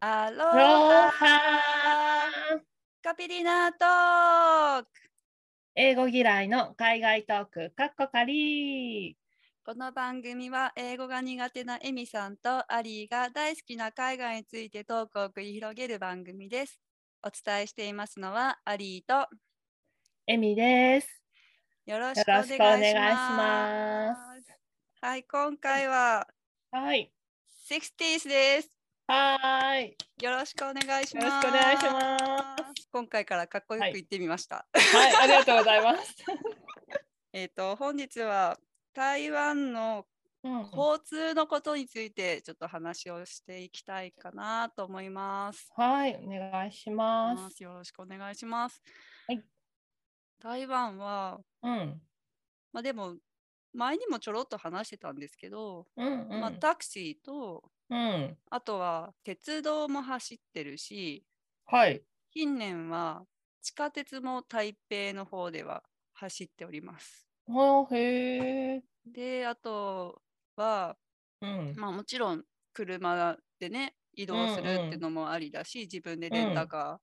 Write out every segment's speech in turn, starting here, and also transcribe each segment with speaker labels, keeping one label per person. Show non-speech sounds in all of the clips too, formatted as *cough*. Speaker 1: アロ
Speaker 2: ロー
Speaker 1: ハ
Speaker 2: ハー
Speaker 1: カピリナトーク
Speaker 2: 英語嫌いの海外トーク、カッコカリー。
Speaker 1: この番組は英語が苦手なエミさんとアリーが大好きな海外についてトークを繰り広げる番組です。お伝えしていますのはアリーと
Speaker 2: エミです。
Speaker 1: よろし
Speaker 2: よ
Speaker 1: くお
Speaker 2: ろ
Speaker 1: 願
Speaker 2: し
Speaker 1: い
Speaker 2: く
Speaker 1: し
Speaker 2: お
Speaker 1: ます。
Speaker 2: 願いします。
Speaker 1: はい、今回は
Speaker 2: はい。
Speaker 1: 60s です。
Speaker 2: はーい。
Speaker 1: よろしくお願いし
Speaker 2: よ
Speaker 1: ます。
Speaker 2: ろしくお願いしま
Speaker 1: 今回からかっこよ
Speaker 2: はい
Speaker 1: く言ってみました。
Speaker 2: す。はい、ありがとうございます。
Speaker 1: えっと、本日は台湾の
Speaker 2: うん
Speaker 1: 交通のことについてちょっと話をしていきたいかなと思います。
Speaker 2: はい、お願いしま。
Speaker 1: ますすよろしくお願いします。
Speaker 2: はい
Speaker 1: 台湾は、
Speaker 2: うん。
Speaker 1: まあ、でも前にもちょろっと話してたんですけど、
Speaker 2: うん、う
Speaker 1: まあ、
Speaker 2: ん。
Speaker 1: タクシーと
Speaker 2: うん。
Speaker 1: あとは鉄道も走ってるし
Speaker 2: はい。
Speaker 1: 近年は地下鉄も台北の方では走っております。
Speaker 2: ほーへー
Speaker 1: であとは
Speaker 2: うん。
Speaker 1: まあ、もちろん車でね移動するっていうのもありだし、自分でレンタカ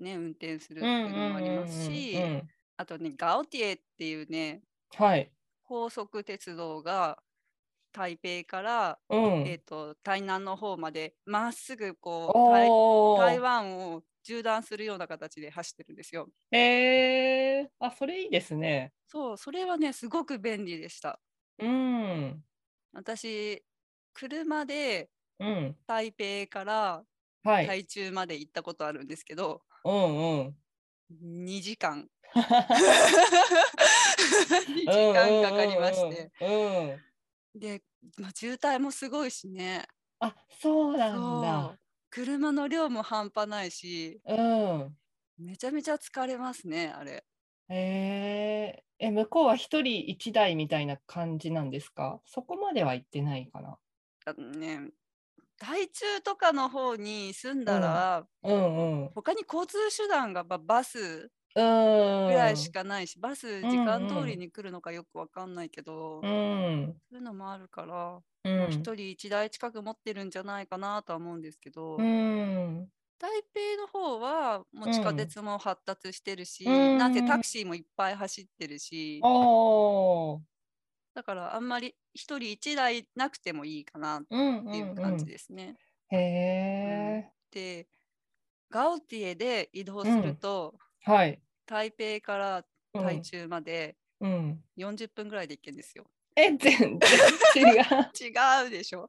Speaker 1: ー、ね運転するっていうのもありますし、
Speaker 2: うんうんうんうん
Speaker 1: あとねガオティエっていうね
Speaker 2: はい。
Speaker 1: 高速鉄道が台北から、
Speaker 2: うん。
Speaker 1: えー、と台南の方までまっすぐこう
Speaker 2: お
Speaker 1: 台台
Speaker 2: ー。
Speaker 1: 湾を縦断するような形で走ってるんですよ。
Speaker 2: えー。あ、それいいですね。
Speaker 1: そうそれはねすごく便利でした。
Speaker 2: うん。
Speaker 1: 私車で
Speaker 2: うん。
Speaker 1: 台北から
Speaker 2: はい。
Speaker 1: 台中まで行ったことあるんですけど、
Speaker 2: うんうん。
Speaker 1: 2時間
Speaker 2: 時
Speaker 1: *laughs* 2時間かかりまして、。
Speaker 2: うんうん
Speaker 1: で、まあ、渋滞もすごいしね
Speaker 2: あ、そうなん
Speaker 1: そ
Speaker 2: だ
Speaker 1: う。車の量も半端ないし
Speaker 2: うん。
Speaker 1: めちゃめちゃ疲れますねあれ
Speaker 2: えー、え、向こうは一人一台みたいな感じなんですか。そこまでは行ってないかな。
Speaker 1: あのね台中とかの方に住んだら、
Speaker 2: うんうん。
Speaker 1: 他に交通手段が、まあバス
Speaker 2: うん。
Speaker 1: ぐらいしかないし、バス
Speaker 2: ん
Speaker 1: 時間通りに来るのかよくわかんないけど、
Speaker 2: うん。
Speaker 1: そういうのもあるから
Speaker 2: う
Speaker 1: まあ
Speaker 2: ん
Speaker 1: 一、。人一台近く持ってるんじゃないかなとは思うんですけど。
Speaker 2: うん。
Speaker 1: 台北の方はもう地下
Speaker 2: うん
Speaker 1: 鉄も発達してるし、
Speaker 2: うん
Speaker 1: なんせタクシーもいっぱい走ってるし、
Speaker 2: おー。
Speaker 1: だからあんまり一人一台なくてもいいかなっ
Speaker 2: うん
Speaker 1: ていううん感じ
Speaker 2: うん。
Speaker 1: ですね。
Speaker 2: へえ。
Speaker 1: でガオティエで移動すると、
Speaker 2: はい。
Speaker 1: 台北から
Speaker 2: うん
Speaker 1: 台中まで
Speaker 2: うん。
Speaker 1: 40分ぐらいで行けるんですよ。
Speaker 2: え、全然違
Speaker 1: *laughs* 違
Speaker 2: う。
Speaker 1: うでしょ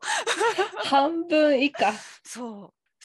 Speaker 2: 半分以下。
Speaker 1: そう